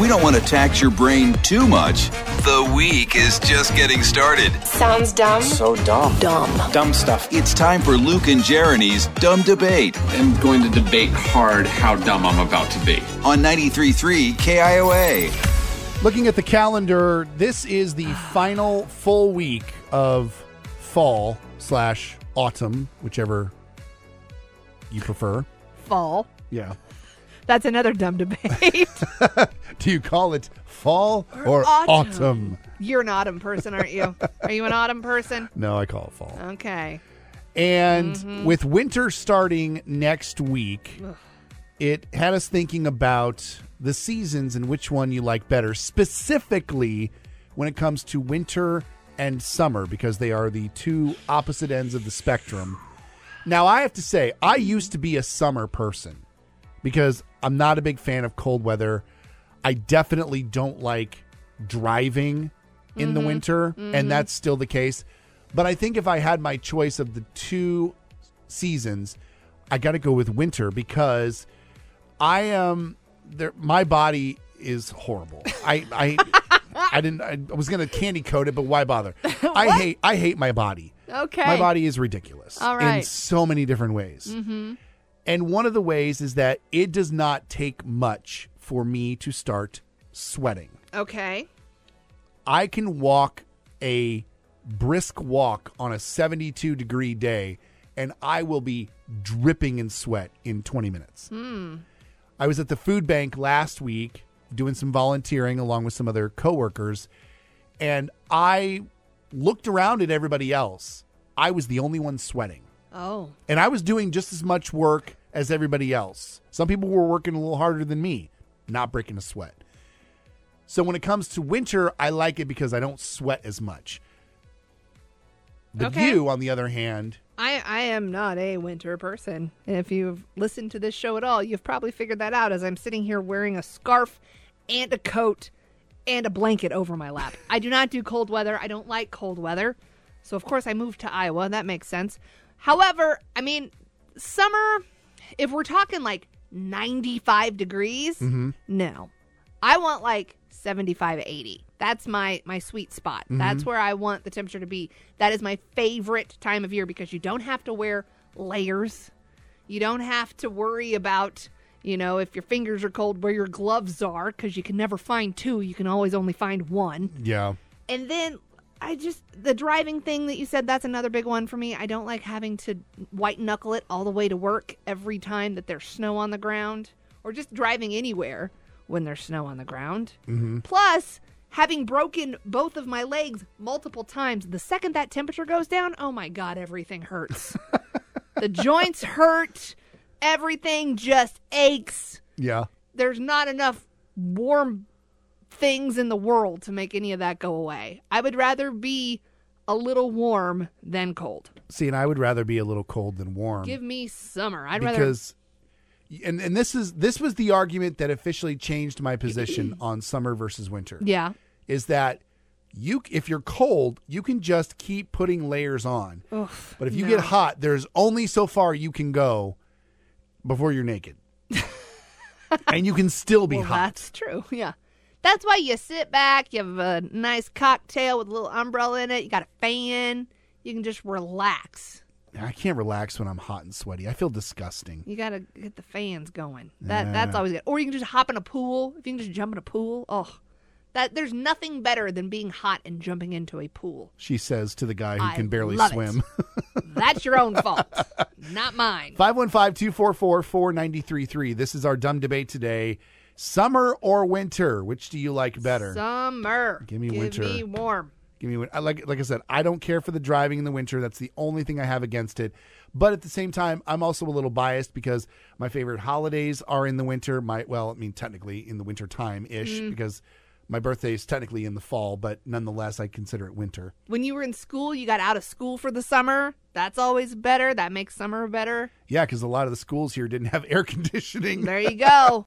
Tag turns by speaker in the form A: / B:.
A: We don't want to tax your brain too much. The week is just getting started.
B: Sounds dumb.
C: So dumb.
B: Dumb.
C: Dumb stuff.
A: It's time for Luke and Jeremy's Dumb Debate
D: I'm going to debate hard how dumb I'm about to be.
A: on 93.3 KIOA.
E: Looking at the calendar, this is the final full week of fall slash autumn, whichever you prefer.
F: fall.
E: Yeah.
F: That's another dumb debate.
E: Do you call it fall or, autumn?
F: autumn. You're an autumn person, aren't you? Are you an autumn person?
E: No, I call it fall.
F: Okay.
E: And with winter starting next week, it had us thinking about the seasons and which one you like better, specifically when it comes to winter and summer, because they are the two opposite ends of the spectrum. Now, I have to say, I used to be a summer person because I'm not a big fan of cold weather. I definitely don't like driving in the winter, and that's still the case. But I think if I had my choice of the two seasons, I got to go with winter because I am there. My body is horrible. I I I didn't. I was gonna candy coat it, but why bother? I hate I hate my body.
F: Okay.
E: My body is ridiculous
F: All
E: in
F: right. Mm-hmm.
E: so many different ways. And one of the ways is that it does not take much for me to start sweating.
F: Okay.
E: I can walk a brisk walk on a 72 degree day and I will be dripping in sweat in 20 minutes. I was at the food bank last week doing some volunteering along with some other coworkers and I looked around at everybody else. I was the only one sweating
F: Oh.
E: and I was doing just as much work as everybody else. Some people were working a little harder than me, not breaking a sweat. So when it comes to winter, I like it because I don't sweat as much. The
F: Okay.
E: view, on the other hand,
F: I, I am not a winter person. And if you've listened to this show at all, you've probably figured that out as I'm sitting here wearing a scarf and a coat and a blanket over my lap. I do not do cold weather. I don't like cold weather. So, of course, I moved to Iowa. That makes sense. However, I mean, summer, if we're talking like 95 degrees, no. I want like 75, 80. That's my my sweet spot. That's where I want the temperature to be. That is my favorite time of year because you don't have to wear layers. You don't have to worry about, you know, if your fingers are cold where your gloves are cuz you can never find two. You can always only find one.
E: yeah,
F: And then I just the driving thing that you said that's another big one for me. I don't like having to white knuckle it all the way to work every time that there's snow on the ground or just driving anywhere when there's snow on the ground. Plus having broken both of my legs multiple times the second that temperature goes down, oh my god, everything hurts. the joints hurt, everything just aches
E: yeah.
F: there's not enough warm things in the world to make any of that go away. I would rather be a little warm than cold.
E: See, and I would rather be a little cold than warm
F: Give me summer. I'd rather
E: because, and and this is this was the argument that officially changed my position on summer versus winter.
F: yeah.
E: is that you if you're cold, you can just keep putting layers on. but if you get hot, there's only so far you can go before you're naked. and you can still be
F: Well,
E: hot.
F: that's true. Yeah. That's why you sit back, you have a nice cocktail with a little umbrella in it, you got a fan, you can just relax.
E: I can't relax when I'm hot and sweaty. I feel disgusting.
F: You gotta get the fans going. That that's always good. Or you can just hop in a pool. If you can just jump in a pool, oh, that there's nothing better than being hot and jumping into a pool.
E: She says to the guy who
F: I
E: can barely
F: love it.
E: swim.
F: That's your own fault, not mine.
E: 515-244-4933. This is our dumb debate today. Summer or winter, which do you like better?
F: Summer.
E: Give me
F: Give
E: winter.
F: me warm.
E: Give me win- I like like I said, I don't care for the driving in the winter. That's the only thing I have against it. But at the same time, I'm also a little biased because my favorite holidays are in the winter. My well, I mean technically in the winter time ish because my birthday is technically in the fall, but nonetheless I consider it winter.
F: When you were in school, you got out of school for the summer. That's always better. That makes summer better.
E: Yeah, because a lot of the schools here didn't have air conditioning.
F: There you go.